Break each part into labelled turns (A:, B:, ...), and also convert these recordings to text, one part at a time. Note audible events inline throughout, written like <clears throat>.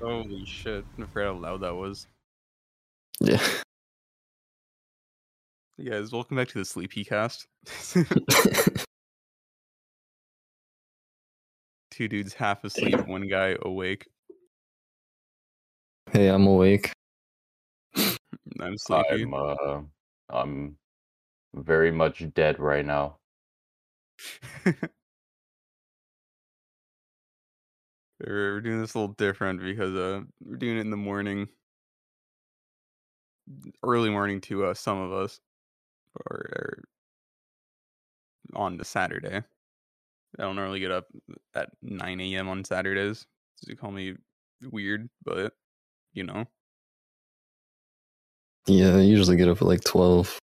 A: Holy shit! I forgot how loud that was.
B: Yeah. <laughs>
A: Hey guys, welcome back to the Sleepy Cast. Two dudes half asleep, one guy awake.
B: hey, I'm awake.
A: and I'm sleepy.
C: I'm uh, I'm very much dead right now.
A: We're we're doing this a little different because uh, we're doing it in the morning, early morning to uh, some of us, or, or on the Saturday. I don't normally get up at 9 a.m. on Saturdays. So you call me weird, but you know,
B: Yeah, I usually get up at like 12.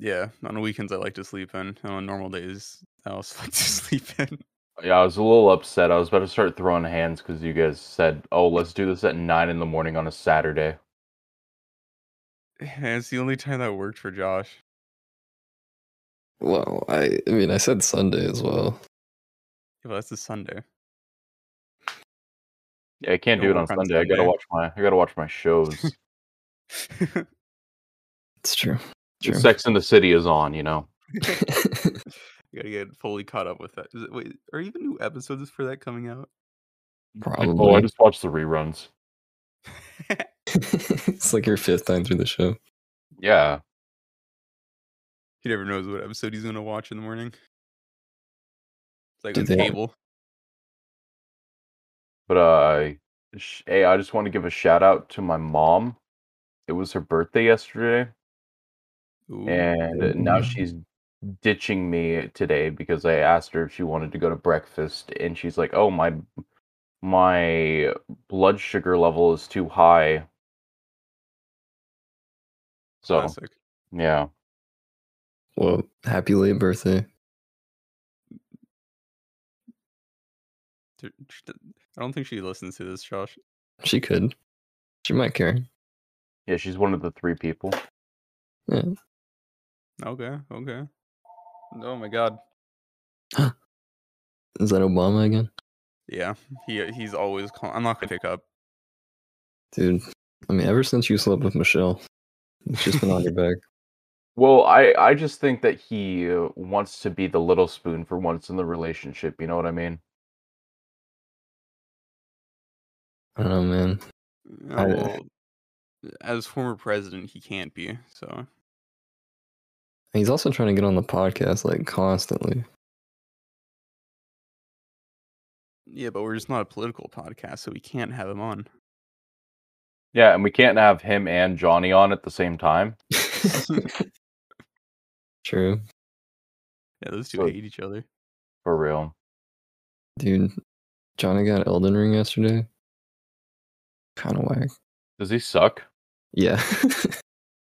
A: yeah. On the weekends, I like to sleep in. And on normal days, I also <laughs> like to sleep in.
C: Yeah, I was a little upset. I was about to start throwing hands because you guys said, "Oh, let's do this at nine in the morning on a Saturday."
A: And it's the only time that worked for Josh.
B: Well, I, I mean, I said Sunday as well.
A: Yeah, but that's a Sunday. <laughs>
C: Yeah, I can't
A: Don't
C: do it on
A: work on
C: Sunday. I gotta
A: Sunday.
C: watch my I gotta watch my shows.
B: It's true. True.
C: Sex in the City is on, you know.
A: You gotta get fully caught up with that. Is it, wait, are even new episodes for that coming out?
C: Like, oh, I
B: <laughs> Probably.
C: just watched the reruns.
B: <laughs> it's like your fifth time through the show.
C: Yeah,
A: He never knows what episode he's gonna watch in the morning. It's like
B: Do
A: on
B: they-
A: cable.
C: but uh, sh- hey, I just want to give a shout out to my mom. It was her birthday yesterday,
A: Ooh,
C: and now she's ditching me today because I asked her if she wanted to go to breakfast, and she's like, "Oh my, my blood sugar level is too high." So
A: classic.
C: yeah,
B: Well, happy late birthday.
A: D- sh- d- I don't think she listens to this, Josh.
B: She could. She might care.
C: yeah, she's one of the three people.
A: Okay, okay. Oh my god.
B: Is that Obama again?
A: Yeah, he uh, he's always calling. I'm not gonna pick up.
B: Dude, I mean, ever since you slept with Michelle, it's just been on your back.
C: Well, I I just think that he uh, wants to be the little spoon for once in the relationship. You know what I mean?
B: I don't know, man.
A: Uh,
B: I-
A: well, as former president, he can't be. So
B: He's also trying to get on the podcast like
C: <laughs>
B: constantly. <laughs>
A: yeah, but we're just not a political podcast, so we can't have him on.
C: Yeah, and we can't have him and Johnny on at the same time.
B: True.
A: Yeah, those two
C: So-
A: hate each other.
C: For real.
B: Dude, Johnny got Elden Ring yesterday. Kind of whack.
C: Does he suck?
B: Yeah.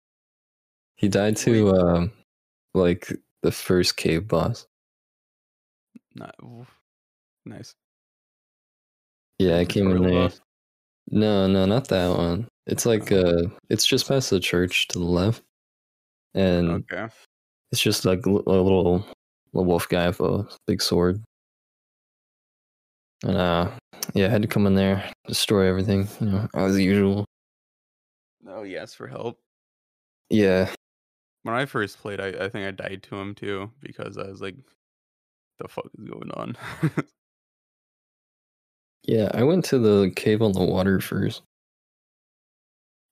B: <laughs> he died to um like the first cave boss.
A: Not, oof. nice.
B: Yeah, I
A: The
B: came in
A: turtle
B: there.
A: boss?
B: No, no, not that one. It's like uh it's just past the church to the left. And
A: Okay.
B: it's just like l- a little little wolf guy with a big sword. And uh yeah, I had to come in there, destroy everything, you know, as usual.
A: Oh yes, for help.
B: Yeah.
A: When I first played, I, I think I died to him too because I was like, "The fuck is going on?" <laughs>
B: Yeah, I went to the cave on the water first.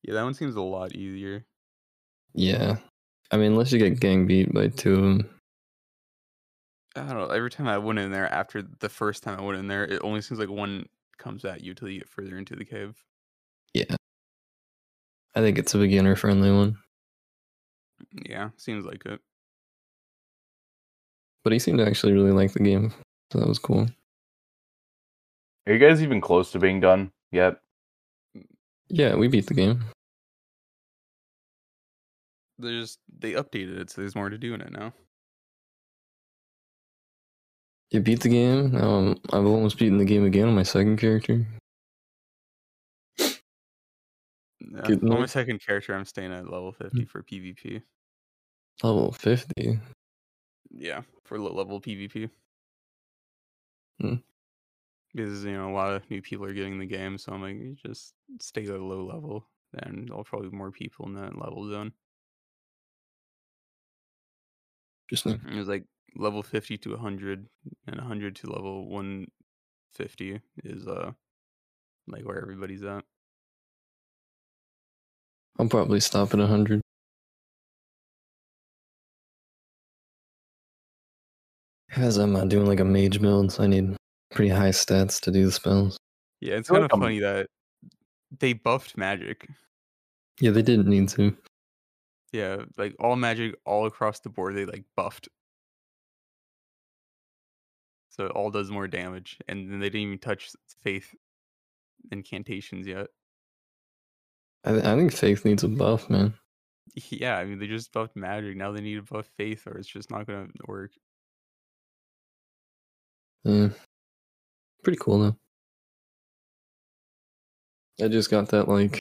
A: yeah, that one seems a lot easier.
B: Yeah. I mean, unless you get gang beat by two of them.
A: I don't know. Every time I went in there after the first time I went in there, it only seems like one comes at you till you get further into the cave.
B: I think it's a beginner friendly one.
A: Yeah, seems like it.
B: But he seemed to actually really like the game. So that was cool.
C: Are you guys even close to being done yet?
B: Yeah, we beat the game.
A: There's they updated it, so there's more to do in it now.
B: You beat the game. Now I'm, I've almost beaten the game again on my second character.
A: Yeah,
B: Good
A: on my
B: night.
A: second character, I'm staying at level 50 for PvP.
B: Level 50.
A: Yeah, for low level PvP.
B: Hmm.
A: because you know a lot of new people are getting the game. So I'm like, you just stay at a low level, and there'll probably be more people in that level zone.
B: Just now.
A: It was like level 50 to 100, and 100 to level 150 is uh like where everybody's at.
B: I'll probably stop at 100. Because I'm not doing like a mage build, so I need pretty high stats to do the spells.
A: Yeah, it's
C: feel
A: kind
C: like
A: of
C: I'm-
A: funny that they buffed magic.
B: Yeah, they didn't need to.
A: Yeah, like all magic all across the board, they like buffed. So it all does more damage, and then they didn't even touch faith incantations yet. <laughs>
B: I, th- I think Faith needs a buff, man.
A: Yeah, I mean they just buffed magic. Now they need to buff faith, or it's just not gonna work.
B: Yeah. Pretty cool though. I just got that like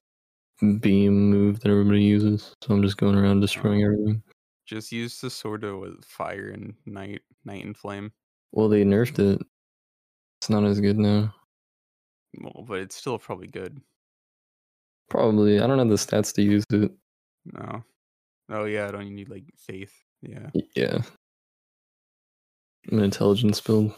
B: beam move that everybody uses, so I'm just going around destroying everything.
A: Just use the sword of what, fire and night, night and flame.
B: Well, they nerfed it. It's not as good now.
A: Well, but it's still probably good.
B: Probably. I don't have the stats to use it.
A: No, oh yeah, I don't need like faith. Yeah,
B: Y- Yeah. An intelligence build.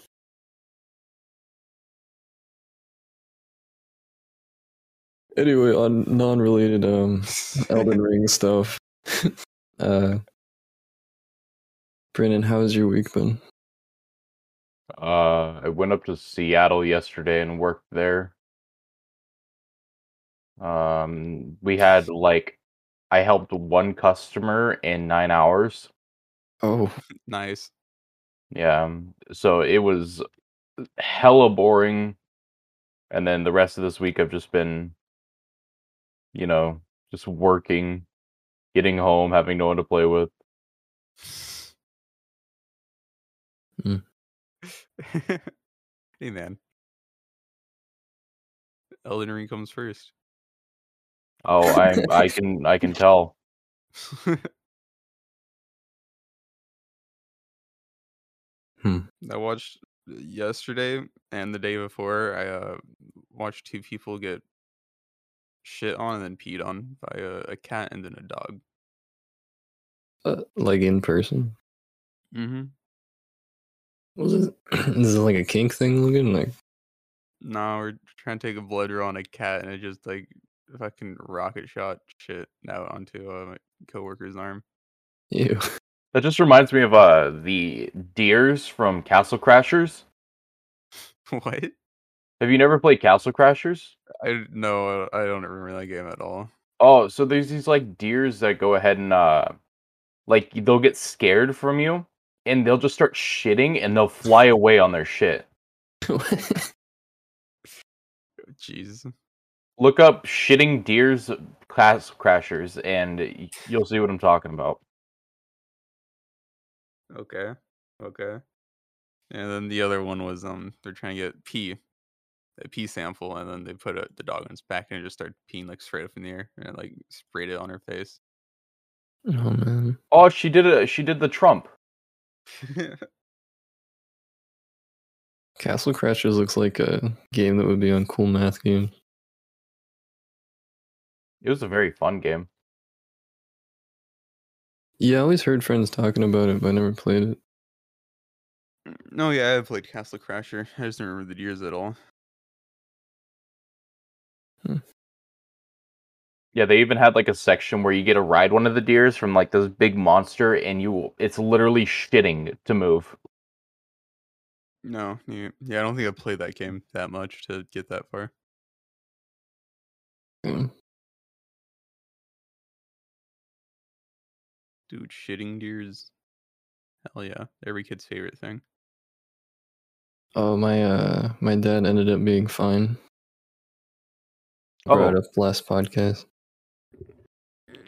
B: Anyway, on non-related um Elden Ring stuff. <laughs> uh Brandon, how has your week been?
C: Uh, I went up to Seattle yesterday and worked there. Um, we had like, I helped one customer in nine hours.
B: Oh,
A: <laughs> nice.
C: Yeah, um, so it was hella boring. And then the rest of this week, I've just been, you know, just working, getting home, having no one to play with.
B: Mm.
A: <laughs> hey man. Elden Ring comes first. <laughs>
C: Oh, I am I can I can tell.
B: Hmm.
A: I watched yesterday and the day before. I uh, watched two people get shit on and then peed on by a, a cat and then a dog.
B: uh, like in person.
A: Mm-hmm.
B: Was it? <clears throat> is it like a kink thing looking like?
A: No, we're trying to take a blood draw on a cat, and it just like fucking rocket shot shit out onto uh, my coworker's arm. <laughs>
B: Ew. <laughs>
C: That just reminds me of uh the deers from Castle Crashers.
A: what?
C: Have you never played Castle Crashers?
A: I d- no, I I don't remember that game at all.
C: Oh, so there's these like deers that go ahead and uh like they'll get scared from you and they'll just start shitting and they'll fly away on their shit.
B: Oh,
A: Jeez,
C: Look up shitting deers Castle Crashers and y- you'll see what I'm talking about.
A: okay, okay. And then the other one was um, they're trying to get pee, a pee sample, and then they put a, the dog on its back and it just started peeing like straight up in the air and it, like sprayed it on her <laughs> face.
B: oh man.
C: Oh, she did a she did the Trump.
B: Castle Crashers looks like a game that would be on Cool Math Games.
C: It was a very fun game.
B: Yeah, I always heard friends talking about it, but I never played it.
A: no, yeah, I played Castle Crasher. I just don't remember the years at all.
C: Yeah, they even had like a section where you get to ride one of the deers from like this big monster, and you it's literally shitting to move.
A: No, yeah, yeah, I don't think I played that game that much to get that far.
B: Yeah.
A: Dude, shitting deers. Hell yeah, every kid's favorite thing.
B: Oh my! Uh, my dad ended up being fine.
C: Oh.
B: Brought up last podcast.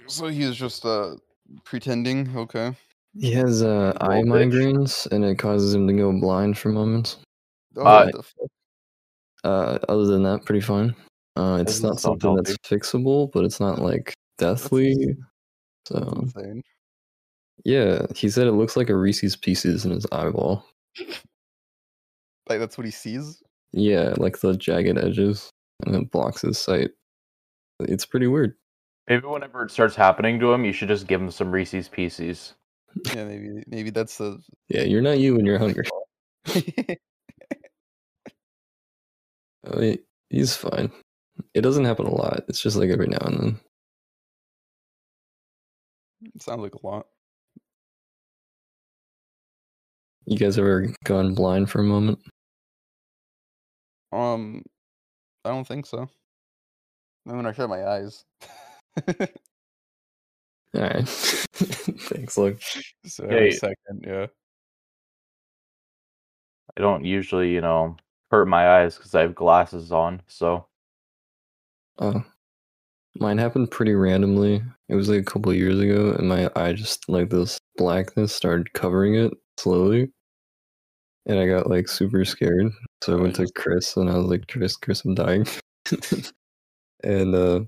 A: So he was just uh pretending. Okay,
B: He has uh, eye
C: bitch.
B: migraines, and it causes him to go blind for moments.
A: oh,
C: Uh,
A: what the fuck?
B: Uh, other than that, pretty fine. Uh, it's
C: Doesn't
B: not
C: sound
B: something that's fixable, but it's not like deathly. So
A: insane.
B: yeah, he said it looks like a Reese's Pieces in his eyeball.
A: Like that's what he sees.
B: Yeah, like the jagged edges, and it blocks his sight. It's pretty weird.
C: Maybe whenever it starts happening to him, you should just give him some Reese's Pieces.
A: Yeah, maybe maybe that's the
B: Yeah, you're not you when you're hungry. <laughs> I mean, he's fine. It doesn't happen a lot. It's just like every now and then.
A: <laughs> sounds like a lot.
B: You guys ever gone blind for a moment?
A: Um, I don't think so. I mean, I shut my eyes, <laughs>
B: All right. <laughs> Thanks, Luke.
A: so
C: Yeah,
A: every
C: you-
A: second, yeah.
C: I don't usually, you know, hurt my eyes because I have glasses on. So
B: Oh, mine happened pretty randomly. It was like a couple years ago, and my eye just like this blackness started covering it slowly, and I got like super scared. So I went to Chris, and I was like, "Chris, Chris, I'm dying," <laughs> and uh,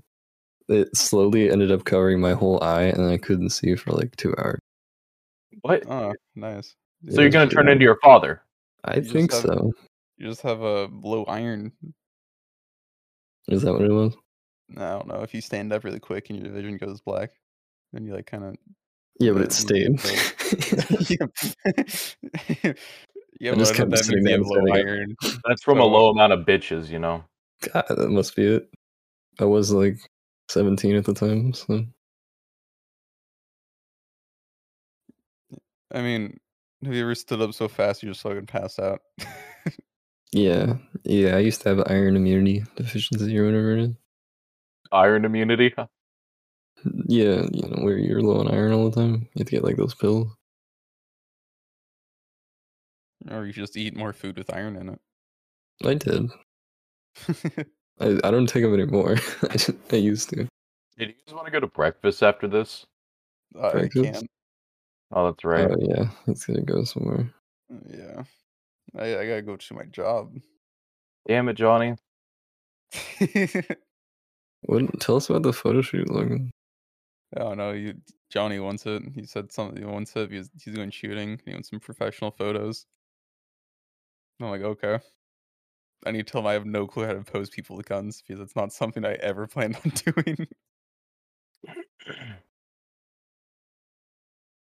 B: it slowly ended up covering my whole eye, and I couldn't see for like two hours.
C: what?
A: Oh, nice.
C: so you're
B: yeah,
C: gonna
B: sure.
C: turn into your father?
B: I
A: You just
B: think
A: have-
B: so.
A: You just have a low iron.
B: Is that what it was?
A: I don't know if you stand up really quick and your vision goes black, then you like kind of
B: Yeah, but
A: Uh,
B: it
C: Mm,
B: stayed.
A: yeah. <laughs> yeah,
B: I just
A: but that
B: kept
A: means you
B: sitting there
A: have
B: and
A: low
B: setting up.
A: iron.
C: That's from a
A: So-
C: low amount of bitches, you know.
B: <laughs> God, that must be it. I was like 17 at the time, so.
A: I mean, have you ever stood up so fast you just fucking pass out? <laughs>
B: Yeah, yeah. I used to have iron immunity deficiency or whatever it is.
C: Iron immunity. <laughs>
B: Yeah, you know where you're low on iron all the time. You have to get like those pills.
A: or you just eat more food with iron in
B: I did.
A: it. <laughs>
B: I, I don't take them anymore. <laughs> I, just, I used to.
C: Did you guys want to go to breakfast after this?
A: Uh, I
B: Practice?
A: can't.
C: Oh, that's right.
B: Oh yeah, it's gonna go somewhere.
A: Yeah. I, I gotta go to my job. <laughs>
C: Damn it, Johnny.
B: What? Tell us about the photo shoot, Logan.
A: oh no, you Johnny wants it. He said something he wants it because he's going shooting. He wants some professional photos. I'm like, okay. I need to tell him I have no clue how to pose people with guns because it's not something I ever <laughs> planned on doing.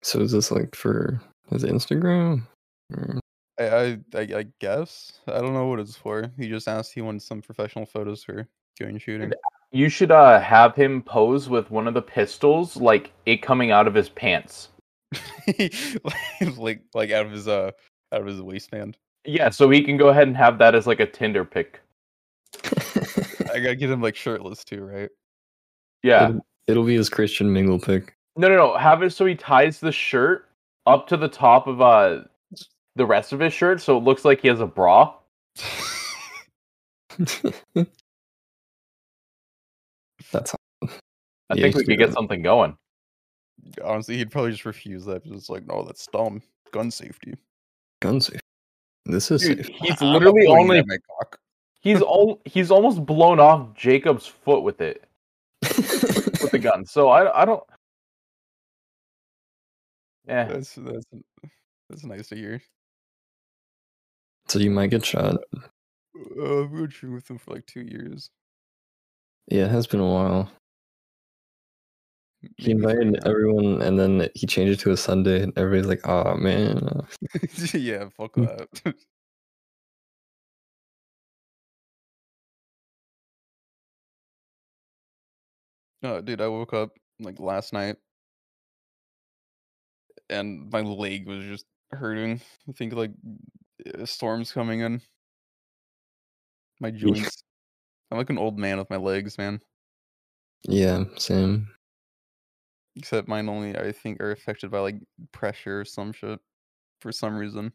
B: So is this like for his Instagram?
C: <laughs>
B: Or-
A: I, I I I guess I don't know what it's for. He just asked. He wanted some professional photos for going shooting.
C: You should uh, have him pose with one of the pistols, like it coming out of his pants.
A: like, <laughs> like like out of his uh out of his waistband.
C: Yeah, so he can go ahead and have that as like a Tinder pic.
A: I gotta get him like shirtless too, right?
C: Yeah.
B: It'll, it'll be his Christian mingle pick.
C: No, no, no. Have it so he ties the shirt up to the top of uh the rest of his shirt, so it looks like he has a bra.
B: That's
C: I
B: Yeah, you
C: think we
B: can
C: could
B: do
C: get
B: that.
C: something going.
A: Honestly, he'd probably just refuse that. It's like, no, that's dumb. Gun safety.
B: gun safe. This is
C: Dude,
B: safe.
A: <laughs>
C: he's
A: I'm not
C: literally
A: pointing
C: only <laughs>
A: at my cock.
C: he's all he's almost blown off Jacob's foot with it with the gun. So I I don't. Eh, Yeah,
A: That's that's that's nice to hear.
B: <laughs> so you might get shot.
A: Uh, I've been shooting with him for like two years.
B: Yeah, it has been a while. He
A: maybe three
B: invited everyone, and then he changed it to a Sunday, and everybody's like, "Oh man, uh,
A: now. <laughs> yeah, fuck <laughs> that. Oh, dude, I woke up like last night and my leg was just hurting. I think like a storm's coming in. My joints. I'm like an old man with my legs, man.
B: yeah, Sam."
A: Except mine only, I think, are affected by like pressure or some shit for some reason.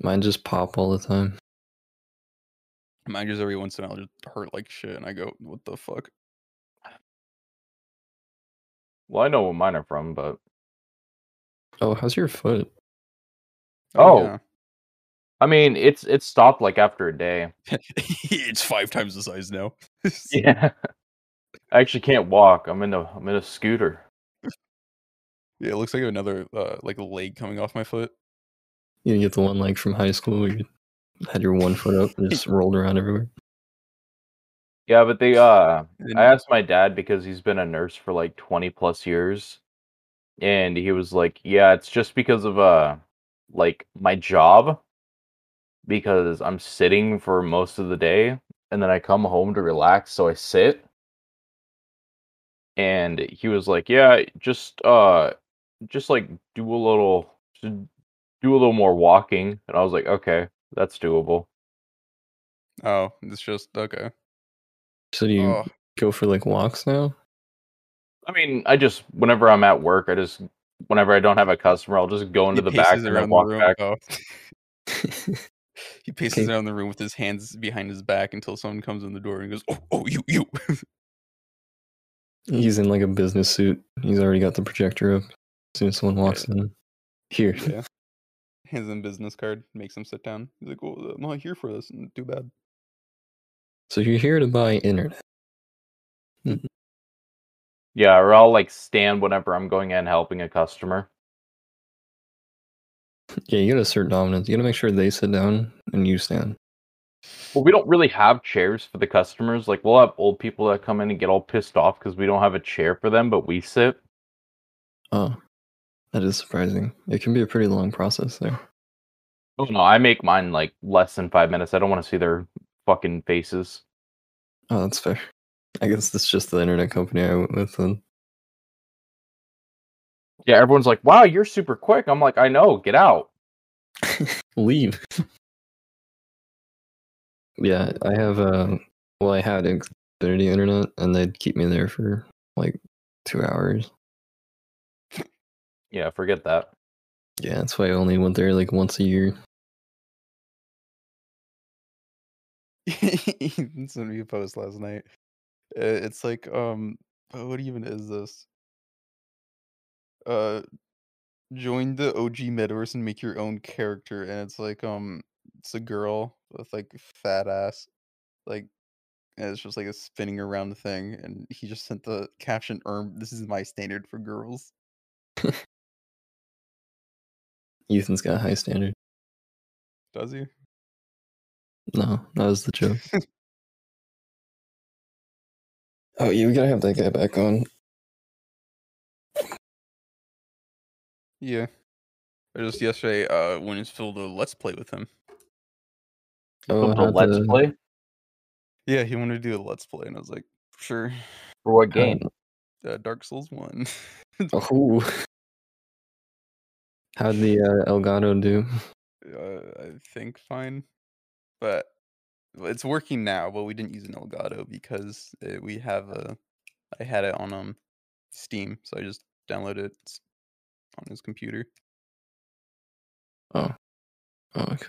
B: Mine just pop all the time.
A: Mine just every once in a while just hurt like shit and I go, what the fuck?
C: well I know what mine are from, but
B: Oh, how's your foot?
C: Oh. I mean it's it stopped like after a day.
A: yeah. <laughs> it's five times the size now. <laughs>
C: Yeah, I actually can't walk. I'm in a I'm in a scooter.
A: Yeah, it looks like another uh, like leg coming off my foot.
B: You didn't get the one like from high school. Where you had your one foot up and just rolled around everywhere.
C: Yeah, but they uh
A: And-
C: I asked my dad because he's been a nurse for like 20 plus years and he was like, "Yeah, it's just because of uh like my job because I'm sitting for most of the day and then I come home to relax, so I sit." And he was like, "Yeah, just uh just like do a little just do a little more walking." And I was like, "Okay, that's doable."
A: Oh, it's just okay.
B: So do you
A: Oh,
B: go for like walks now?
C: I mean, I just whenever I'm at work, I just whenever I don't have a customer, I'll just go into
A: he
C: the back
A: paces
C: and then
A: around
C: walk
A: the room.
C: back.
A: Oh, <laughs> he paces
B: Okay.
A: around the room with his hands behind his back until someone comes in the door and goes, "Oh, oh, you, you." <laughs>
B: He's in like a business suit. He's already got the projector up. As soon as someone walks in, here.
A: yeah. Hands him business card, makes him sit down. He's like, "Well, I'm not here for this. and Too bad."
B: So you're here to buy internet.
C: Yeah, or I'll like stand whenever I'm going in helping a customer.
B: Yeah, you gotta assert dominance. You gotta make sure they sit down and you stand.
C: Well, we don't really have chairs for the customers. Like we'll have old people that come in and get all pissed off because we don't have a chair for them, but we sit.
B: Oh, that is surprising. It can be a pretty long process there.
C: Oh no, I make mine like less than five minutes. I don't want to see their fucking faces.
B: Oh, that's fair. I guess that's just the internet company I went with. Then
C: Yeah, everyone's like, "Wow, you're super quick." I'm like, "I know, get out."
B: leave. <laughs> yeah, I have. Uh, well, I had Xfinity internet, and they'd keep me there for like two hours.
C: Yeah, forget that.
B: Yeah, that's why I only went there like once a year.
A: <laughs> Ethan sent me a post last night. Uh, It's like, um, oh, what even is this? Uh, join the OG metaverse and make your own character, and it's like, um, it's a girl with like fat ass, like, and it's just like a spinning around thing, and he just sent the caption, "Erm, this is my standard for girls."
B: Ethan's got high standard.
A: Does he?
B: No, that was the joke. oh, yeah, we gotta have that guy back on.
A: Yeah. I just yesterday, uh, when it's filled a let's play with him.
B: Oh,
C: The
B: how
C: let's
B: to-
C: play
A: Yeah, he wanted to do a let's play, and I was like, sure.
C: for what
B: how-
C: game?
A: Uh, Dark Souls One. <laughs>
B: Oh. How'd the uh, Elgato do?
A: uh, I think fine, but well, it's working now. But we didn't use an Elgato because uh we have a. I had it on um Steam, so I just downloaded it s- on his computer.
B: Oh, okay.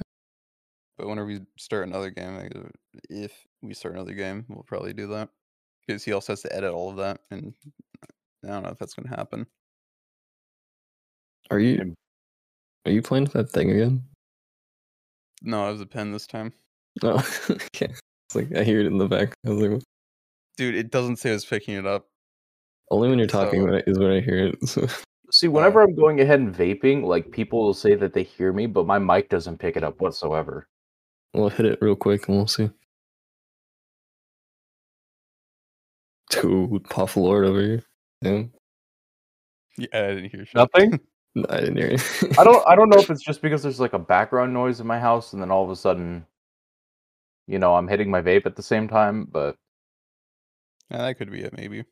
A: But whenever we start another game, I, go- if we start another game, we'll probably do that because he also has to edit all of that, and I don't know if that's gonna happen.
B: Are you are you playing with that thing again?
A: No, I was a pen this time,
B: No. <laughs> okay. It's like I hear it in the back. I was like,
A: dude. It doesn't say I was picking it up.
B: only when you're talking
A: So-
B: about it is when I hear it. So <laughs>
C: See, whenever I'm going ahead and vaping, like people will say that they hear me, but my mic doesn't pick it up whatsoever.
B: we'll hit it real quick and we'll see. Dude, Puff Lord over here. Yeah.
A: Yeah, I didn't hear shit.
C: Nothing?
B: No, I didn't hear it.
C: I don't I don't know if it's just because there's like a background noise in my house and then all of a sudden you know, I'm hitting my vape at the same time, but
A: Yeah, that could be it, maybe.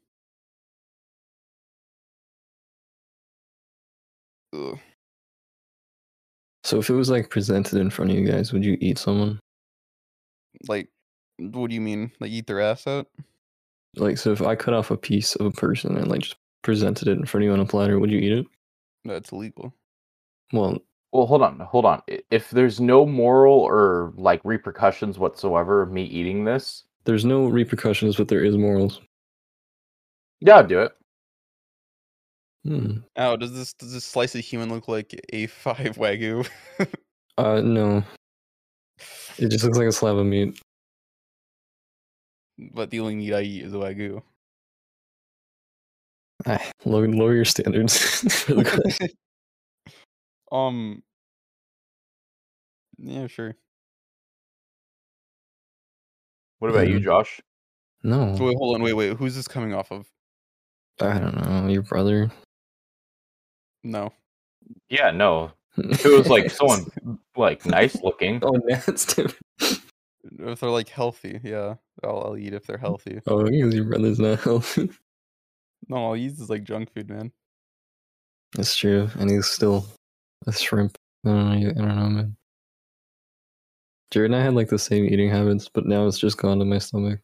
A: Ugh.
B: <laughs> So if it was like presented in front of you guys, would you eat someone?
A: Like, what do you mean? Like, eat their ass out?
B: Like so if I cut off a piece of a person and like just presented it in front of you on a platter, would you eat it?
A: No, it's illegal.
B: Well,
C: well, hold on, hold on. I- If there's no moral or like repercussions whatsoever of me eating this,
B: there's no repercussions, but there is morals.
C: yeah, I'd do it.
B: Hmm.
A: Oh, does this does this slice of human look like a <laughs> five wagyu?
B: Uh, no, it just looks like a slab of meat.
A: but the only meat I eat is wagyu. <laughs>
B: Ah, lower, lower your standards. <laughs> for the
C: <laughs>
B: question.
A: um. Yeah, sure.
C: What about you,
B: Mhm.
C: Josh?
B: No,
A: So wait, hold on, wait, wait. Who's this coming off of?
B: I don't know. Your brother.
A: No.
C: Yeah, no. If it was like <laughs> someone like nice looking,
B: <laughs> Oh, that's different.
A: If they're like healthy, yeah, I'll, I'll eat if they're healthy.
B: Oh, because your brother's not healthy.
A: No, I'll eat is like junk food, man.
B: <laughs> That's true, and he's still a shrimp. I don't know. I don't know, man. Jared and I had like the same eating habits, but now it's just gone to my stomach.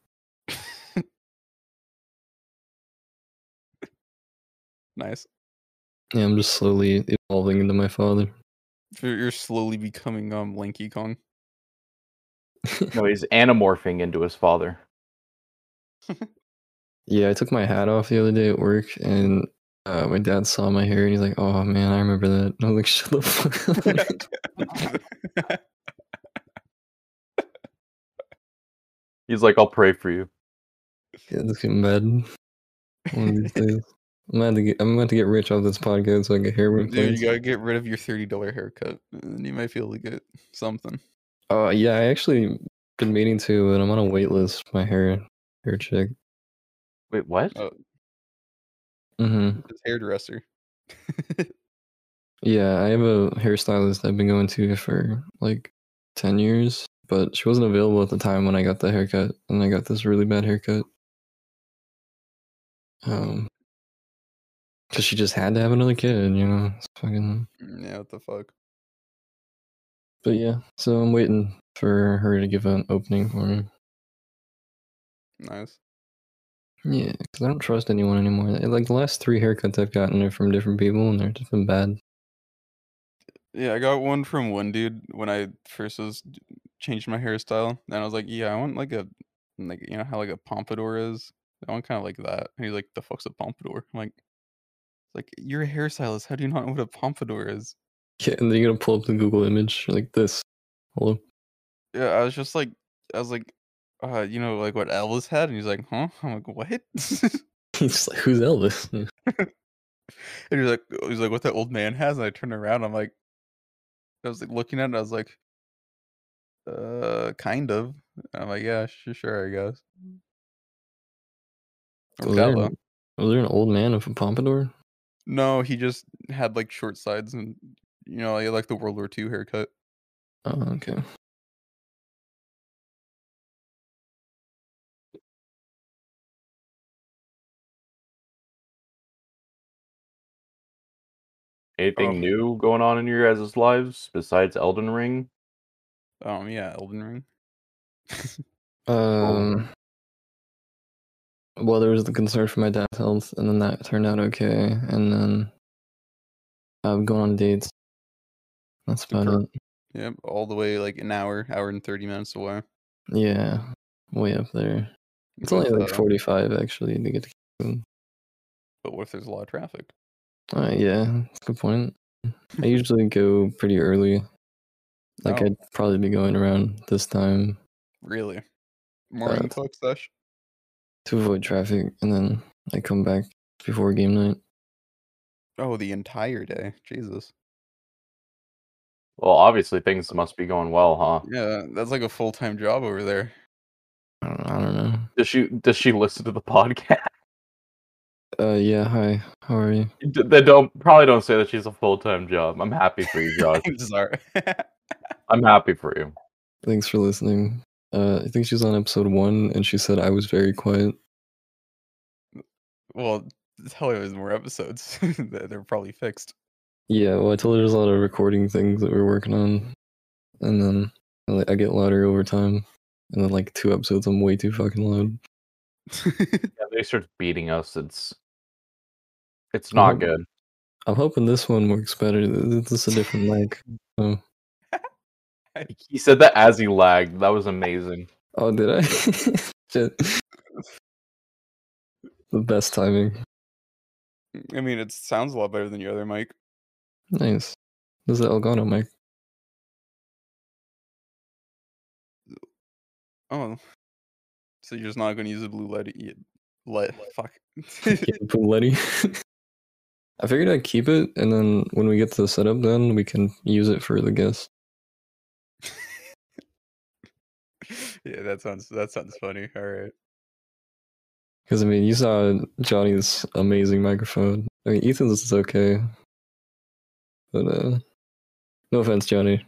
A: Nice.
B: Yeah, I'm just slowly evolving into my father.
A: You're you're slowly becoming um Lanky Kong.
C: no, <laughs> he's anamorphing into his father.
B: Yeah, I took my hat off the other day at work, and uh, my dad saw my hair, and he's like, "Oh man, I remember that." <laughs> And I was like, "Shut the fuck up!" <laughs> man."
A: <laughs>
C: He's like, I'll pray for you.
B: yeah, this getting bad. One of these days. I'm about to get. I'm about to get rich off this podcast, so I get hair
A: Dude,
B: replaced.
A: you gotta get rid of your thirty dollar haircut, and you might be able to get something.
B: Uh, yeah, I actually been meaning to, and I'm on a wait list. for My hair, hair check.
C: Wait, what?
A: Oh.
B: Mm-hmm.
A: This hairdresser.
B: Yeah, I have a hairstylist I've been going to for like ten years, but she wasn't available at the time when I got the haircut, and I got this really bad haircut. Um, because she just had to have another kid, you know. It's fucking.
A: Mm, yeah, what the fuck?
B: But yeah, so I'm waiting for her to give an opening for me.
A: Nice.
B: Yeah, because I don't trust anyone anymore. Like the last three haircuts I've gotten are from different people, and they've just been bad. <laughs>
A: Yeah, I got one from one dude when I first was d- changed my hairstyle, and I was like, yeah, I want like a like you know how like a pompadour is. I want kind of like that. And he's like, the fuck's a pompadour? I'm like, like you're a hairstylist. How do you not know what a pompadour is?
B: Yeah, and then you're gonna pull up the Google image like this. Hello. <laughs>
A: Yeah, I was just like, I was like, uh, you know, like what Elvis had, and he's like, huh? <laughs> I'm like, what? and he's
B: He's like, who's Elvis? Hmm.
A: like, he's like, what that old man has, and I turned around, I'm like, I was like looking at it, I was like, uh, kind of. And I'm like, yeah, sure, sure, I guess. Worked
B: Was
A: out,
B: there,
A: though.
B: an, was there an old man with a pompadour?
A: No, he just had like short sides, and you know, he had, like the World War II haircut.
B: Oh, okay.
C: Anything
A: Oh.
C: new going on in your guys' lives besides Elden Ring?
A: Um, yeah, Elden Ring. <laughs>
B: Um. Well, there was the concern for my dad's health, and then that turned out okay. And then I've gone on dates. That's about
A: Superb.
B: it.
A: Yep, all the way like an hour, hour and thirty minutes away.
B: Yeah, way up there. It's only
A: But,
B: like
A: uh,
B: 45 actually to get to.
A: But what if there's a lot of traffic?
B: Uh, yeah, that's a good point. I usually go pretty early. Like
A: Oh.
B: I'd probably be going around this time
A: Really? Morning
B: That's-
A: clock sesh?
B: to avoid traffic, and then I come back before game night.
A: Oh, the entire day. Jesus.
C: Well, obviously things must be going well, huh?
A: Yeah, that's like a full time job over there. <laughs>
B: I don't, I don't know.
C: Does she does she listen to the <laughs> podcast?
B: Uh, yeah. Hi, how are you?
C: D- They don't probably don't say that she's a full time job. I'm happy for you,
A: <laughs>
C: Josh.
A: I'm sorry.
C: I'm happy for you.
B: Thanks for listening. Uh, I think she's on episode one, and she said I was very quiet.
A: well, tell her there's more episodes. <laughs> They're they're probably fixed. <laughs>
B: Yeah, well, I told her there's a lot of recording things that we're working on, and then I, like, I get louder over time, and then like two episodes, I'm way too fucking loud.
C: Yeah, they start beating us. It's it's not
B: Mhm.
C: good.
B: I'm hoping this one works better. Th- This is a different mic. Oh,
C: He said that as he lagged. That was amazing.
B: oh, did I? <laughs> Shit. The best timing.
A: I mean, it sounds a lot better than your other mic.
B: Nice. This is the Elgato mic.
A: Oh. So you're just not going to use a blue LED? y- Let, fuck. <laughs>
B: Can't put Letty. <laughs> I figured I'd keep it, and then when we get to the setup, then we can use it for the guests.
A: Yeah, that sounds that sounds funny. All right.
B: Because I mean, you saw Johnny's amazing microphone. I mean, Ethan's is okay, but uh, no offense, Johnny.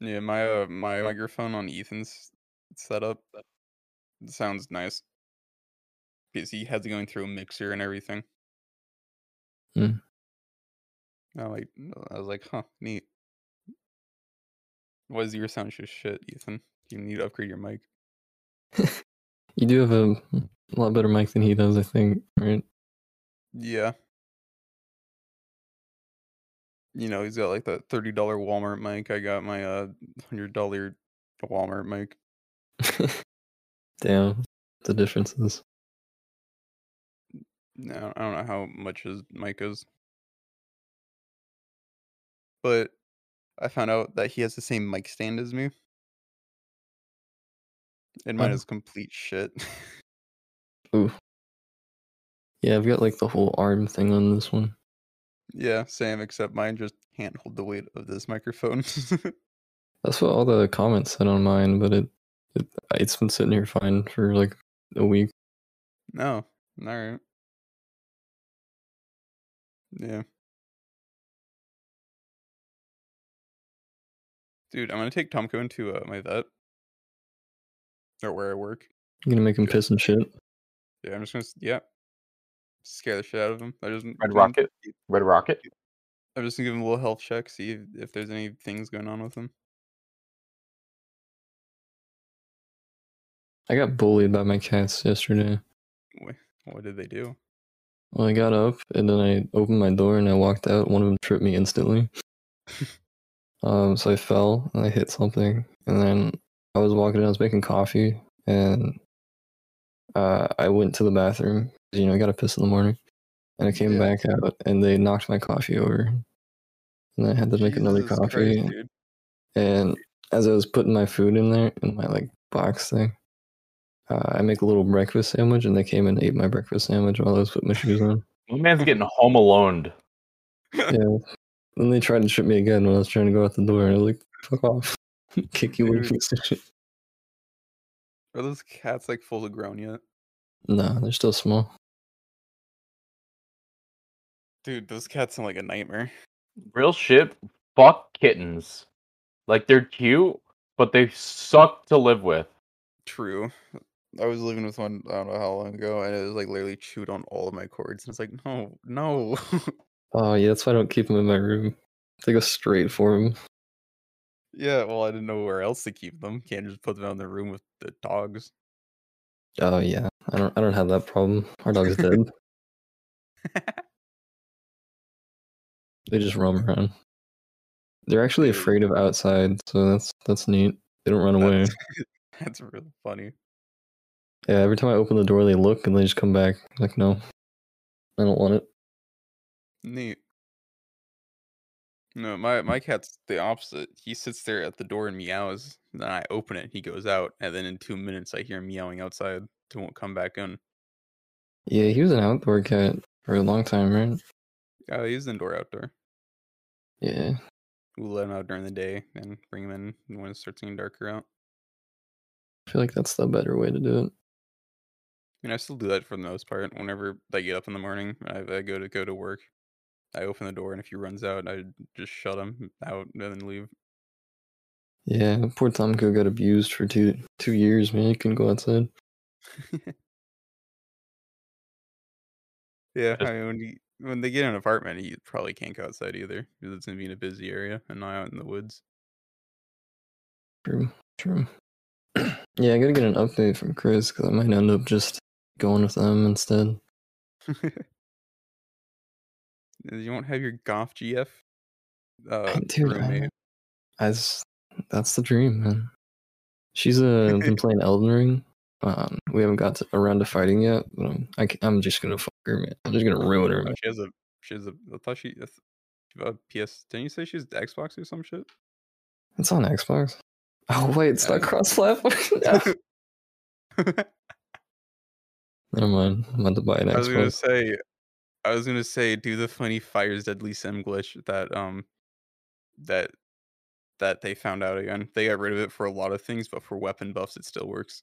A: Yeah, my uh, my microphone on Ethan's setup sounds nice because he has it going through a mixer and everything.
B: Hmm.
A: I like. I was like, huh, neat. Why is your sound just shit, Ethan? You need to upgrade your mic.
B: You do have a lot better mic than he does, I think. Right?
A: Yeah. You know, he's got like that thirty dollar Walmart mic. I got my uh hundred dollar Walmart mic.
B: Damn, the differences.
A: No, I don't know how much his mic is. But I found out that he has the same mic stand as me. And mine
B: Oh.
A: is complete shit. <laughs>
B: Yeah, I've got like the whole arm thing on this one.
A: yeah, same, except mine just can't hold the weight of this microphone. <laughs>
B: That's what all the comments said on mine, but it, it it's been sitting here fine for like a week.
A: no. Alright. Yeah. Dude, I'm gonna take Tomko into uh, my vet. Or where I work.
B: I'm gonna make him piss and shit.
A: Yeah, I'm just gonna s- yeah, scare the shit out of him. I just
C: Red Rocket. Red Rocket.
A: I'm just gonna give him a little health check, see if, if there's any things going on with him.
B: I got bullied by my cats yesterday.
A: What did they do?
B: Well, I got up and then I opened my door and I walked out. One of them tripped
A: <laughs>
B: me instantly. um, so I fell and I hit something. And then I was walking and I was making coffee and uh, I went to the bathroom. 'cause, You know, I got to piss in the morning. And I came
A: Yeah.
B: back out and they knocked my coffee over. And I had to make another
A: Jesus
B: coffee.
A: Christ, dude.
B: And as I was putting my food in there in my like box thing, uh, I make a little breakfast sandwich, and they came and ate my breakfast sandwich while I was putting my shoes on.
C: My man's getting home alone.
B: Yeah. Then they tried to trip me again when I was trying to go out the door, and I was like, "Fuck off, <laughs> kick you away
A: Dude.
B: from this shit."
A: Are those cats like fully grown yet?
B: Nah, they're still small.
A: Dude, those cats sound like a nightmare.
C: Real shit. Fuck kittens. Like they're cute, but they suck to live with.
A: True. I was living with one I don't know how long ago, and it was like literally chewed on all of my cords. And it's like, no, no. <laughs>
B: Oh yeah, that's why I don't keep them in my room. They go straight for them.
A: yeah, well, I didn't know where else to keep them. Can't just put them out in the room with the dogs. <laughs>
B: Oh yeah, I don't. I don't have that problem. Our dog's dead. They just roam around. They're actually
A: Dude.
B: afraid of outside, so that's that's neat. They don't run away.
A: That's, that's really funny.
B: Yeah, every time I open the door, they look and they just come back. Like, no, I don't want it.
A: Neat. No, my my cat's the opposite. He sits there at the door and meows. and Then I open it, he goes out, and then in two minutes I hear him meowing outside. He won't come back in.
B: Yeah, he was an outdoor cat for a long time, right?
A: Oh, he's indoor outdoor.
B: Yeah.
A: We let him out during the day and bring him in when it starts getting darker out.
B: I feel like that's the better way to do it.
A: I mean, I still do that for the most part. Whenever I get up in the morning, I, I go to go to work. I open the door, and if he runs out, I just shut him out and then leave.
B: Yeah, poor Tomko got abused for two two years, man. He couldn't go outside.
A: Yeah,
C: Just-
A: I mean, when, you, when they get an apartment, you probably can't go outside either because it's gonna be in a busy area and not out in the woods.
B: True, true. <clears throat> yeah, I gotta get an update from Chris because I might end up just going with them instead.
A: you won't have your golf GF uh,
B: Dude, I-
A: roommate.
B: I s- that's the dream, man. She's uh, been playing Elden Ring. Um, we haven't got to, around to fighting yet, but I'm, I, ca- I'm just gonna fuck her, man. I'm just gonna ruin her.
A: Oh,
B: man.
A: she has a she has a. I thought she. I th- she bought a PS. Didn't you say she's Xbox or some shit? <laughs>
B: It's on Xbox. Oh wait, it's not
A: Yeah.
B: cross-platform. No.
A: <laughs>
B: Never mind. I'm about to buy an
A: I was gonna
B: Xbox.
A: say, I was gonna say, do the funny fires deadly sim glitch that um that that they found out again. They got rid of it for a lot of things, but for weapon buffs, it still works.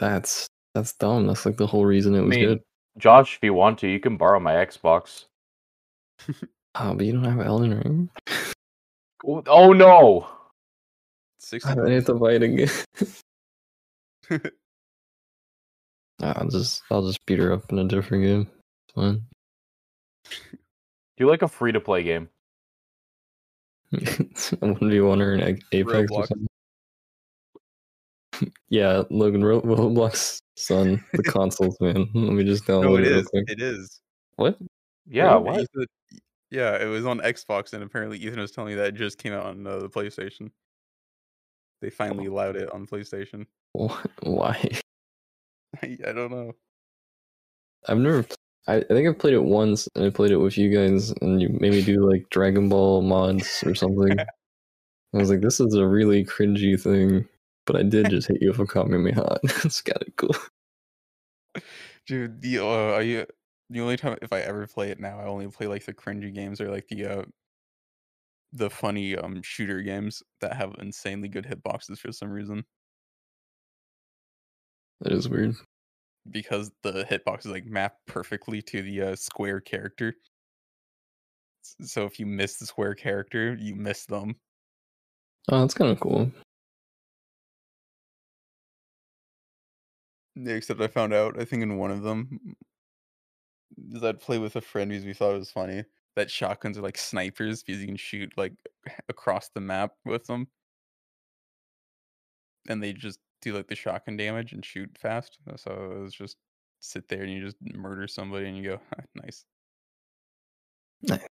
B: That's that's dumb. That's like the whole reason it was
C: mean-
B: good.
C: Josh, if you want to, you can borrow my Xbox.
B: Ah, but you don't have Elden Ring.
C: Oh, oh no!
A: Six.
B: I might have to buy it again. <laughs> Nah, I'll just I'll just beat her up in a different game. It's fine.
C: Do you like a free to play game?
B: <laughs> One v one or an Ag- Apex or
A: Roblox.
B: something. <laughs> yeah, Logan Ro- Roblox son, the consoles man. Let me just download
A: <laughs> no, Oh, it
B: it. real
A: is.
B: quick.
A: It is.
B: What? <laughs>
C: Yeah,
A: Really?
C: what?
A: Ethan- yeah, it was on Xbox, and apparently Ethan was telling me that it just came out on uh, the PlayStation. They finally allowed it on PlayStation. <laughs>
B: Wh- Why?
A: I, I don't know.
B: I've never. pl- I, I think I've played it once, and I played it with you guys, and you made me do like Dragon Ball mods or something. I was like, this is a really cringy thing, but I did just hit you with a Kamehameha. <laughs> it's kind of cool.
A: Dude, the uh, are you the only time if I ever play it now, I only play like the cringy games or like the uh the funny um shooter games that have insanely good hitboxes for some reason
B: That is weird.
A: because the hitboxes like map perfectly to the uh, square character. S- So if you miss the square character, you miss them.
B: Oh, that's kind of cool.
A: Yeah, Except I found out, I think in one of them, is I'd play with a friend because we thought it was funny that shotguns are like snipers because you can shoot like <laughs> across the map with them. And they just do like the shotgun damage and shoot fast. Uh, So it was just sit there and you just murder somebody and you go, "Huh, nice.
B: Nice.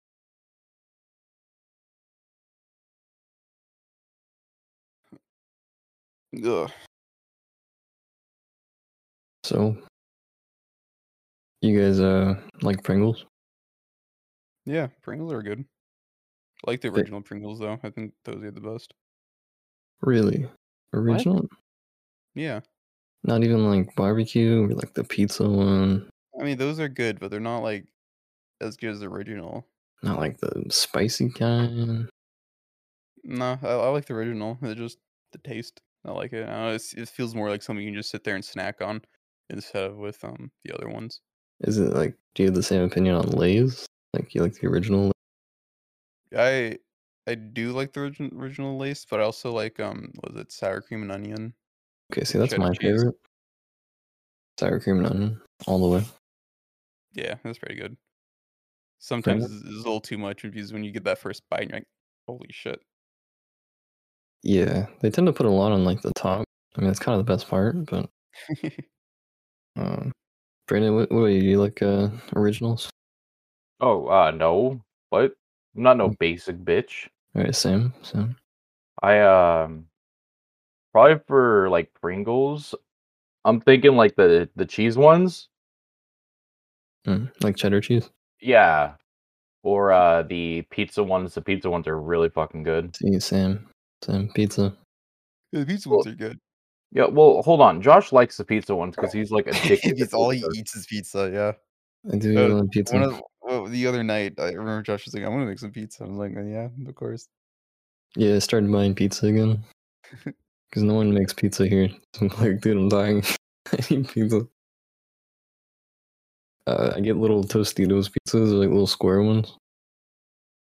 A: Ugh.
B: So, you guys uh like Pringles?
A: Yeah, Pringles are good. I like the
B: They-
A: original Pringles though. I think those are the best.
B: Really? Original?
A: Yeah.
B: Not even like barbecue or like the pizza one.
A: I mean, those are good, but they're not like as good as the original.
B: Not like the spicy kind.
A: No, I, I like the original. It's just the taste. I like it. I don't know, it's, it feels more like something you can just sit there and snack on instead of with um the other ones.
B: Is it like? Do you have the same opinion on Lay's? Like you like the original?
A: I I do like the origin, original lace, but I also like um was it sour cream and onion?
B: Okay, see, that's
A: Cheddar
B: my
A: cheese.
B: favorite. Sour cream and onion, all the way.
A: Yeah, that's pretty good. Sometimes
B: enough.
A: it's, it's a little too much because when you get that first bite, you're like, holy shit. <laughs>
B: Yeah, they tend to put a lot on like the top. I mean, it's kind of the best part, but um, Brandon, what, what do you, you like? Uh, originals.
C: Oh, uh, no. What? I'm not no
B: Mm.
C: basic bitch.
B: All right, same, same.
C: I um probably for like Pringles, I'm thinking like the the cheese ones.
B: Mm, like cheddar cheese.
C: Yeah. Or uh the pizza ones. The pizza ones are really fucking good.
B: See, same, same pizza.
A: Yeah, the pizza
C: Well,
A: ones are good.
C: Yeah, well, hold on. Josh likes the pizza ones because
A: <laughs>
B: <laughs>
C: he's like addicted. to
A: Because all he
C: pizza.
A: eats is pizza, yeah.
B: I do
A: Uh,
B: love pizza.
A: One of the- well, the other night, I remember Josh was like, "I want to make some pizza." I was like, "Yeah, of course."
B: Yeah, I started buying pizza again because no one makes pizza here. <laughs> I'm like, dude, I'm dying. <laughs> I need pizza. Uh, I get little Tostitos pizzas, like little square ones.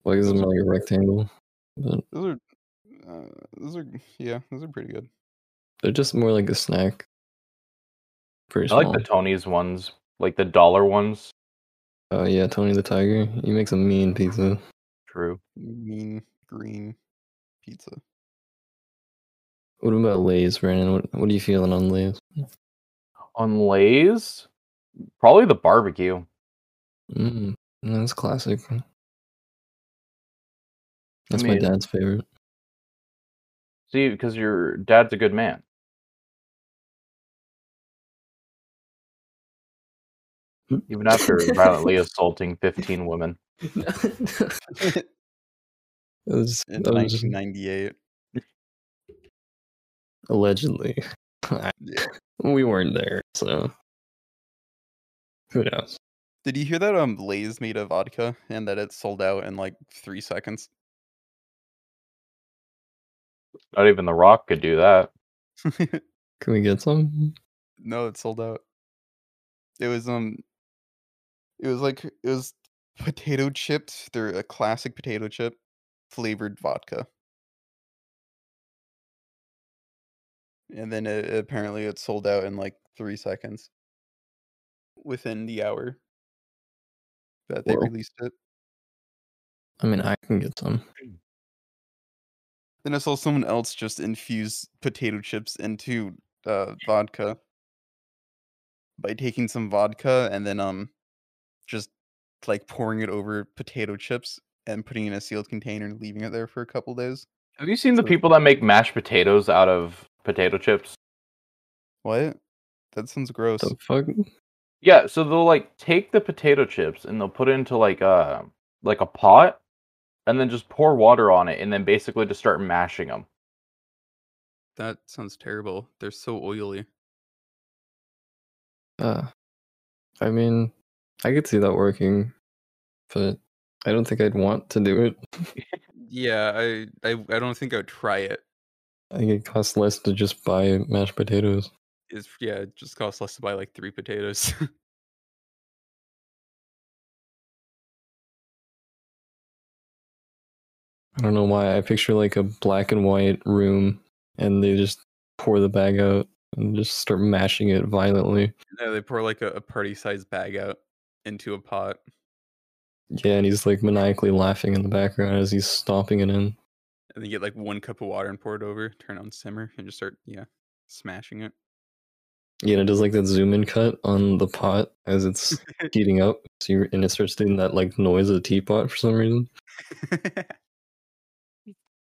B: Like, this is
A: Those
B: more
A: are
B: like a
A: pretty-
B: rectangle, but
A: Those are, uh, those are, yeah, those are pretty good.
B: they're just more like a snack. Pretty
C: I
B: small.
C: like the Tony's ones, like the dollar ones.
B: Oh yeah, Tony the Tiger. He makes a mean pizza.
C: True.
A: Mean green pizza. <laughs>
B: What about Lay's, Brandon? What What are you feeling on Lay's?
C: On Lay's, probably the barbecue.
B: Mm, that's classic. That's
C: mean-
B: my dad's favorite.
C: See, because your dad's a good man.
B: Hmm?
C: Even after violently assaulting 15 women.
B: <laughs> that was,
A: In
B: that was just
A: 1998.
B: allegedly. I-
A: Yeah.
B: <laughs> we weren't there, so who knows?
A: Did you hear that? Um, Lay's <laughs> made a vodka and that it sold out in like three seconds.
C: Not even The Rock could do that.
B: Can we get some?
A: no, it's sold out. It was um, it was like it was potato chips. They're a classic potato chip flavored vodka. And then it, apparently it sold out in like three seconds. Within the hour that they
B: Whoa.
A: released it.
B: I mean, I can get some.
A: Then I saw someone else just infuse potato chips into uh, vodka by taking some vodka and then um just like pouring it over potato chips and putting it in a sealed container and leaving it there for a couple days.
C: Have you seen the
A: So-
C: people that make mashed potatoes out of potato chips?
A: What? That sounds gross.
B: The fuck?
C: Yeah, so they'll like take the potato chips and they'll put it into like a like a pot and then just pour water on it and then basically just start mashing them.
A: That sounds terrible. They're so oily.
B: Uh, I mean, I could see that working, but I don't think I'd want to do it.
A: Yeah, I I, I don't think I would try it.
B: I think it costs less to just buy mashed potatoes.
A: It's yeah, it just costs less to buy like three potatoes. <laughs>
B: I don't know why. I picture like a black and white room, and they just pour the bag out and just start mashing it violently.
A: no, they pour like a, a party sized bag out into a pot.
B: Yeah, and he's like maniacally laughing in the background as he's stomping it in.
A: and then get like one cup of water and pour it over, turn on simmer, and just start yeah, smashing it.
B: Yeah, and it does like that zoom in cut on the pot as it's
A: <laughs>
B: heating up. So you and it starts doing that like noise of the teapot for some reason. <laughs>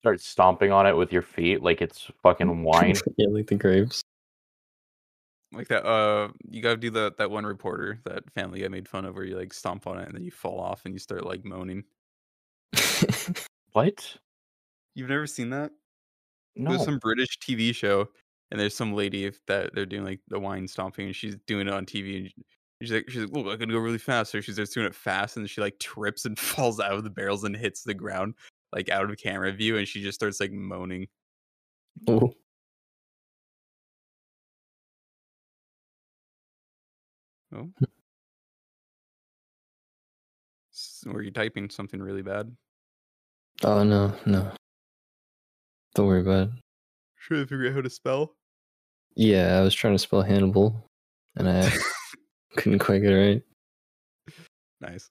C: Start stomping on it with your feet like it's
B: Mm.
C: fucking wine.
B: yeah, like
A: <laughs>
B: the grapes.
A: <laughs> like that. Uh, you gotta do that that one reporter that Family Guy made fun of, where you like stomp on it and then you fall off and you start like moaning.
C: what?
A: You've never seen that?
C: No.
A: There's some British TV show, and there's some lady if- that they're doing like the wine stomping, and she's doing it on TV. And she's like, she's like, look, I can go really fast. So she's just doing it fast, and she like trips and <laughs> falls out of the barrels and hits the ground like out of camera view, and she just starts like moaning.
B: Oh,
A: Oh. S- Were you typing something really bad?
B: oh no, no. Don't worry about it.
A: Trying to figure out how to spell.
B: Yeah, I was trying to spell Hannibal,
A: <laughs>
B: and I couldn't quite get it right.
A: Nice.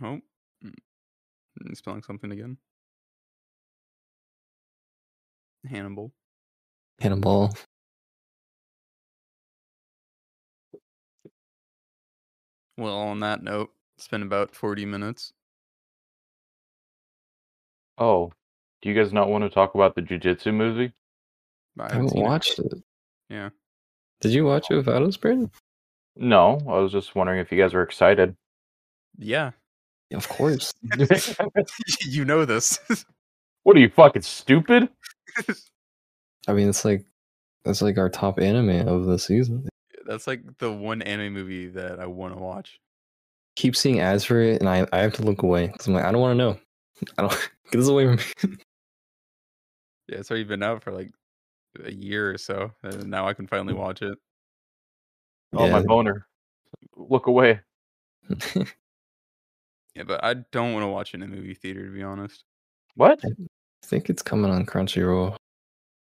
A: Oh. mm, I'm spelling something again. Hannibal.
B: Hannibal.
A: Well, on that note, it's been about 40 minutes.
C: Oh. Do you guys not want to talk about the jujitsu movie?
A: but
B: I
A: haven't
B: haven't
A: seen it.
B: watched it.
A: Yeah.
B: Did you watch it without us, Brandon?
C: No, I was just wondering if you guys
B: <laughs>
C: were excited. <laughs>
A: Yeah. <laughs>
B: Of course.
A: you know this. <laughs>
C: What are you fucking stupid?
B: <laughs> I mean, it's like that's like our top anime of the season.
A: That's like the one anime movie that I want to watch.
B: keep seeing ads for it, and I, I have to look away because I'm like, I don't want to know. I don't <laughs> get this away from me.
A: Yeah, it's already been out for like a year or so, and now I can finally watch it.
C: Oh my
B: Yeah.
C: boner. Look away.
A: Yeah, but I don't want to watch it in a movie theater to be honest.
C: What?
B: <laughs> I think it's coming on Crunchyroll.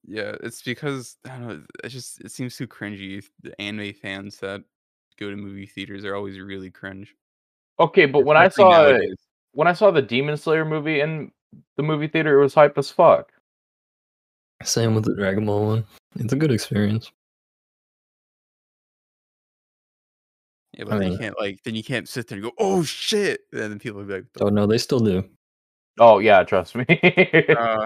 A: Yeah, it's because I don't know. It just it seems too cringy. The anime fans that go to movie theaters are always really cringe.
C: Okay, but when I
A: especially
C: saw uh,
A: nowadays.
C: when I saw the Demon Slayer movie in the movie theater, it was hype as fuck.
B: Same with the Dragon Ball one. It's a good experience.
A: yeah,
B: I
A: but then you
B: mean-
A: can't like then you can't sit there and go, oh shit, and then people will be like,
B: Oh no, they still do.
C: Oh yeah, trust me. <laughs>
A: uh,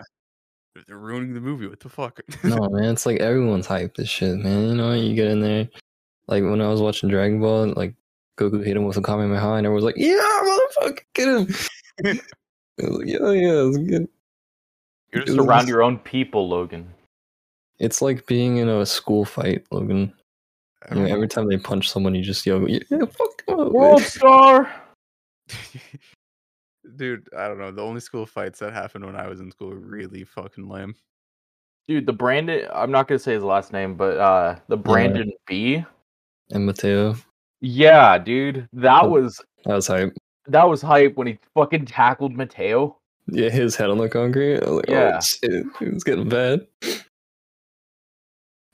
A: they're ruining the movie. What the fuck? <laughs>
C: <laughs>
B: No man, it's like everyone's hyped this shit, man. You know, you get in there. Like when I was watching Dragon Ball, like Goku hit him with a Kamehameha, and everyone's like, "Yeah, motherfucker, get him!" <laughs> I was like, "Yeah, yeah, it's good."
C: You're
B: it
C: just
B: was
C: around
B: just-
C: your own people, Logan.
B: It's like being in a school fight, Logan.
A: I
B: I
A: don't
B: mean, every time they punch someone, you just yell, "Yeah, fuck!" him up, man."
C: World star.
A: <laughs> Dude, I don't know. The only school fights that happened when I was in school were really fucking lame.
C: Dude, the Brandon I'm not gonna say his last name, but uh the Brandon B.
B: And Mateo,
C: Yeah, dude. That was
B: that was hype.
C: that was hype when he fucking tackled Mateo.
B: Yeah, his head on the concrete. I was like,
C: Yeah.
B: oh shit, it was getting bad.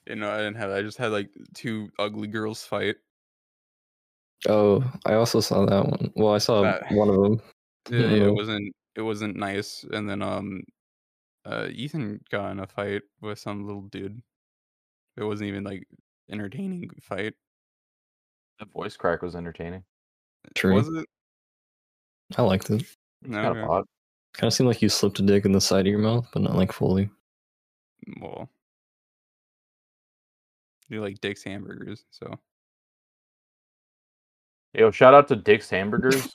A: You know, I didn't have. I just had like two ugly girls fight.
B: Oh, I also saw that one. Well, I saw
A: That-
B: one of them.
A: Yeah, yeah,
B: Yeah.
A: it wasn't. It wasn't nice. And then um, uh, Ethan got in a fight with some little dude. It wasn't even like entertaining fight.
C: The voice crack was entertaining.
B: True.
A: Was it?
B: I liked it.
A: No.
C: Kind of
A: okay.
C: odd.
B: Kind of seemed like you slipped a dick in the side of your mouth, but not like
A: <laughs>
B: fully.
A: Well, you like Dick's hamburgers, so
C: Yo, shout out to
B: <laughs>
C: Dick's Hamburgers.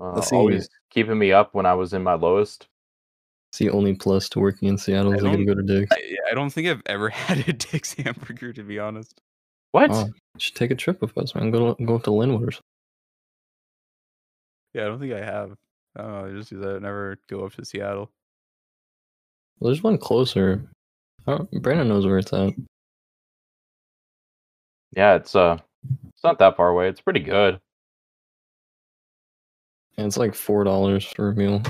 C: Uh,
B: Let's see.
C: always keeping me up when I was in my lowest.
B: It's the only plus to working in Seattle is I get to
A: don't-
B: go to Dick.
A: I, yeah, I don't think I've ever <laughs> had a Dick's hamburger to be honest.
C: What?
B: Oh, you should take a trip with us, man. Go to, go up to Linwood. Or something.
A: Yeah, I don't think I have. I don't know, just because I never go up to Seattle.
B: Well, there's one closer. I don't- Brandon knows where it's at.
C: Yeah, it's uh, it's not that far away. It's pretty good.
B: And it's like four dollars for a meal.
A: No,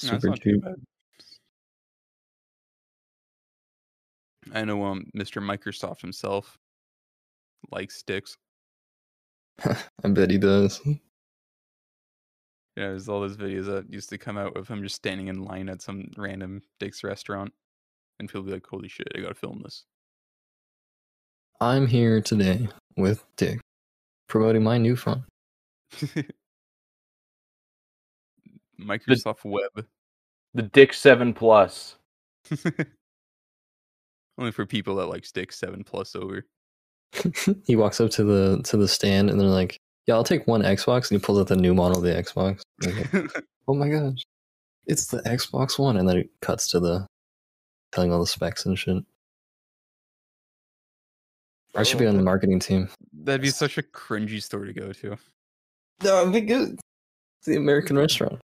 A: it's
B: Super
A: not too
B: cheap.
A: bad. I know um Mr. Microsoft himself likes sticks.
B: I bet he does.
A: Yeah, there's all those videos that used to come out of him just standing in line at some random Dick's restaurant and people be like, Holy shit, I gotta film this. <laughs>
B: I'm here today with Dick, promoting my new phone. <laughs>
A: Microsoft Web.
C: The Dick Seven Plus.
A: Only for people that like stick seven plus over.
B: he walks up to the to the stand and they're like, "Yeah, I'll take one Xbox." And he pulls out the new model of the Xbox. I'm like, oh my gosh, it's the Xbox One! And then it cuts to the telling all the specs and shit. I should be on the marketing team.
A: <laughs> That'd be such a cringy store to go to.
B: No, I'm good. It's the American restaurant.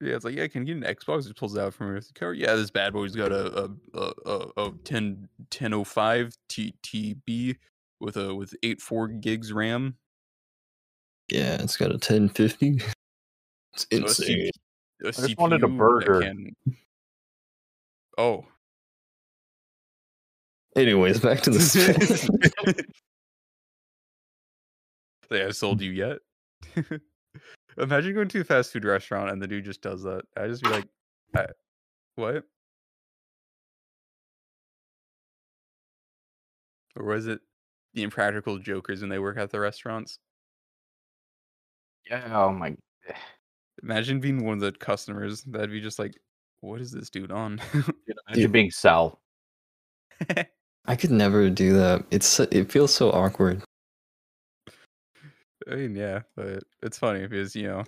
A: Yeah, it's like, yeah, can you get an Xbox? It pulls out from underneath the cover. Yeah, this bad boy's got a a a, a, a 10 1005 TTB with a with eight four gigs RAM.
B: Yeah, it's got a 1050. <laughs> It's
A: a
B: insane.
A: I
C: just wanted a burger.
A: Oh,
B: Anyways, back
A: <laughs>
B: to <laughs> this.
A: they have sold you yet? <laughs> Imagine going to a fast food restaurant and the dude just does that. I just be like, I, what? Or was it the impractical jokers when they work at the restaurants?
C: Yeah. Oh my.
A: Imagine being one of the customers. That'd be just like, what is this dude on? <laughs>
C: Dude, imagine being Sal.
B: I could never do that. It's so- it feels so awkward.
A: I mean, yeah, but it's funny because you know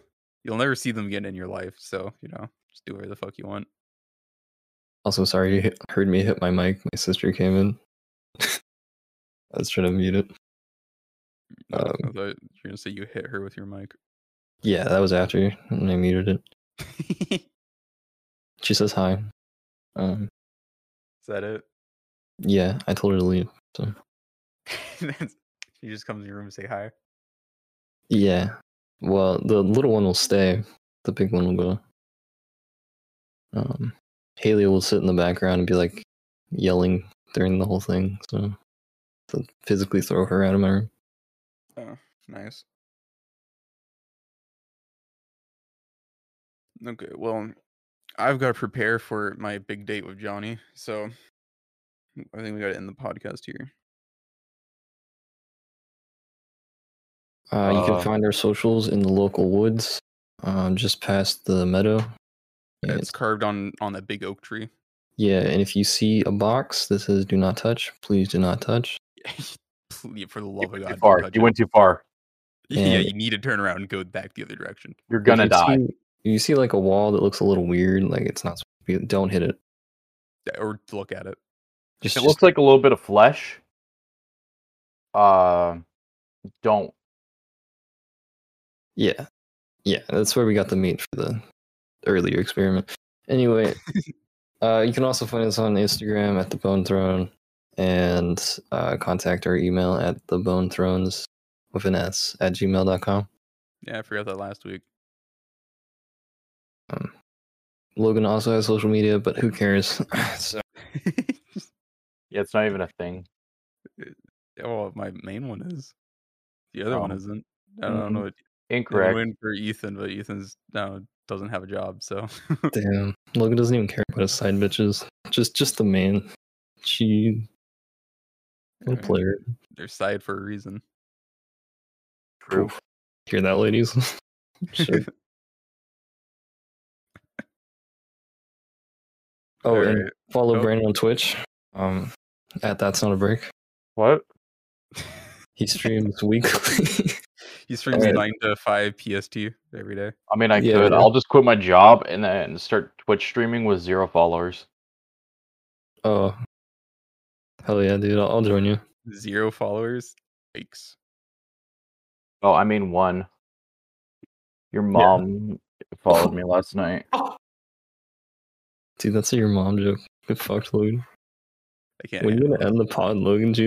A: you'll never see them again in your life, so you know just do whatever the fuck you want.
B: Also, sorry you hit, heard me hit my mic. My sister came in. <laughs> I was trying to mute it.
A: I thought
B: Um,
A: you're gonna say you hit her with your mic.
B: Yeah, that was after and I muted it.
A: <laughs> Is
B: She says hi. Um,
A: that <laughs> it?
B: yeah, I told her to leave. So
A: That's- she just comes in your room and say hi.
B: yeah, well, the little one will stay. The big one will go. Um, Haley will sit in the background and be like yelling during the whole thing. So to physically throw her out of my room.
A: Nice. Okay, well, I've got to prepare for my big date with Johnny, so I think we got to end the podcast here.
B: Uh, you
C: Uh,
B: can find our socials in the local woods, um, just past the meadow. Yeah,
A: It's carved on on that big oak tree. <laughs>
B: yeah, and if you see a box that says "Do not touch," please do not touch.
A: Please, For the
C: You
B: Oh
A: love of
C: went
A: God,
C: too
A: don't
C: far.
A: touch
C: You
A: it.
C: went too far.
A: <laughs> Yeah,
B: And-
A: you need to turn around and go back the other direction.
C: You're
B: If
C: gonna
B: you
C: die.
B: see- if you see like a wall that looks a little weird, like it's not. supposed to be- Don't hit it.
A: Yeah, Or look at it.
B: Just,
C: It
B: just
C: looks like a little bit of flesh. Uh, don't
B: Yeah. Yeah, that's where we got the meat for the earlier experiment. Anyway, uh, you can also find us on Instagram at the Bone Throne and uh, contact our email at the Bone Thrones with an S at gmail.com.
A: Yeah, I forgot that last week.
B: Um, Logan also has social media, but who cares? <laughs>
A: <laughs>
B: so,
C: Yeah, it's not even a thing.
A: oh, my main one is. The other
B: Um,
A: one
C: Oh.
A: isn't. I
B: mm-hmm,
A: don't know. It didn't
C: Incorrect.
A: win for Ethan, but Ethan's now doesn't have a job, so <laughs>
B: damn, Logan doesn't even care about his side bitches. Just, just the main. She,
A: I
B: what
A: mean,
B: a player.
A: they're side for a reason.
C: True.
B: Oof. Hear that, ladies?
A: <laughs>
B: Sure. Oh, and
A: Alright.
B: follow
A: Oh.
B: Brandon on Twitch. Um, at that's not a break.
C: What?
B: He streams weekly. <laughs>
A: he streams
B: Alright.
A: nine to five PST every day.
C: I mean, I
B: Yeah.
C: could. I'll just quit my job and then start Twitch streaming with zero followers.
B: oh, hell yeah, dude! I'll, I'll join you.
A: Zero followers. Yikes.
C: Oh, I mean one. Your mom followed me last night.
B: Dude, that's your mom joke. Get fucked, Logan.
A: I can't.
B: When you
A: handle
B: gonna end the pod, Logan? Jesus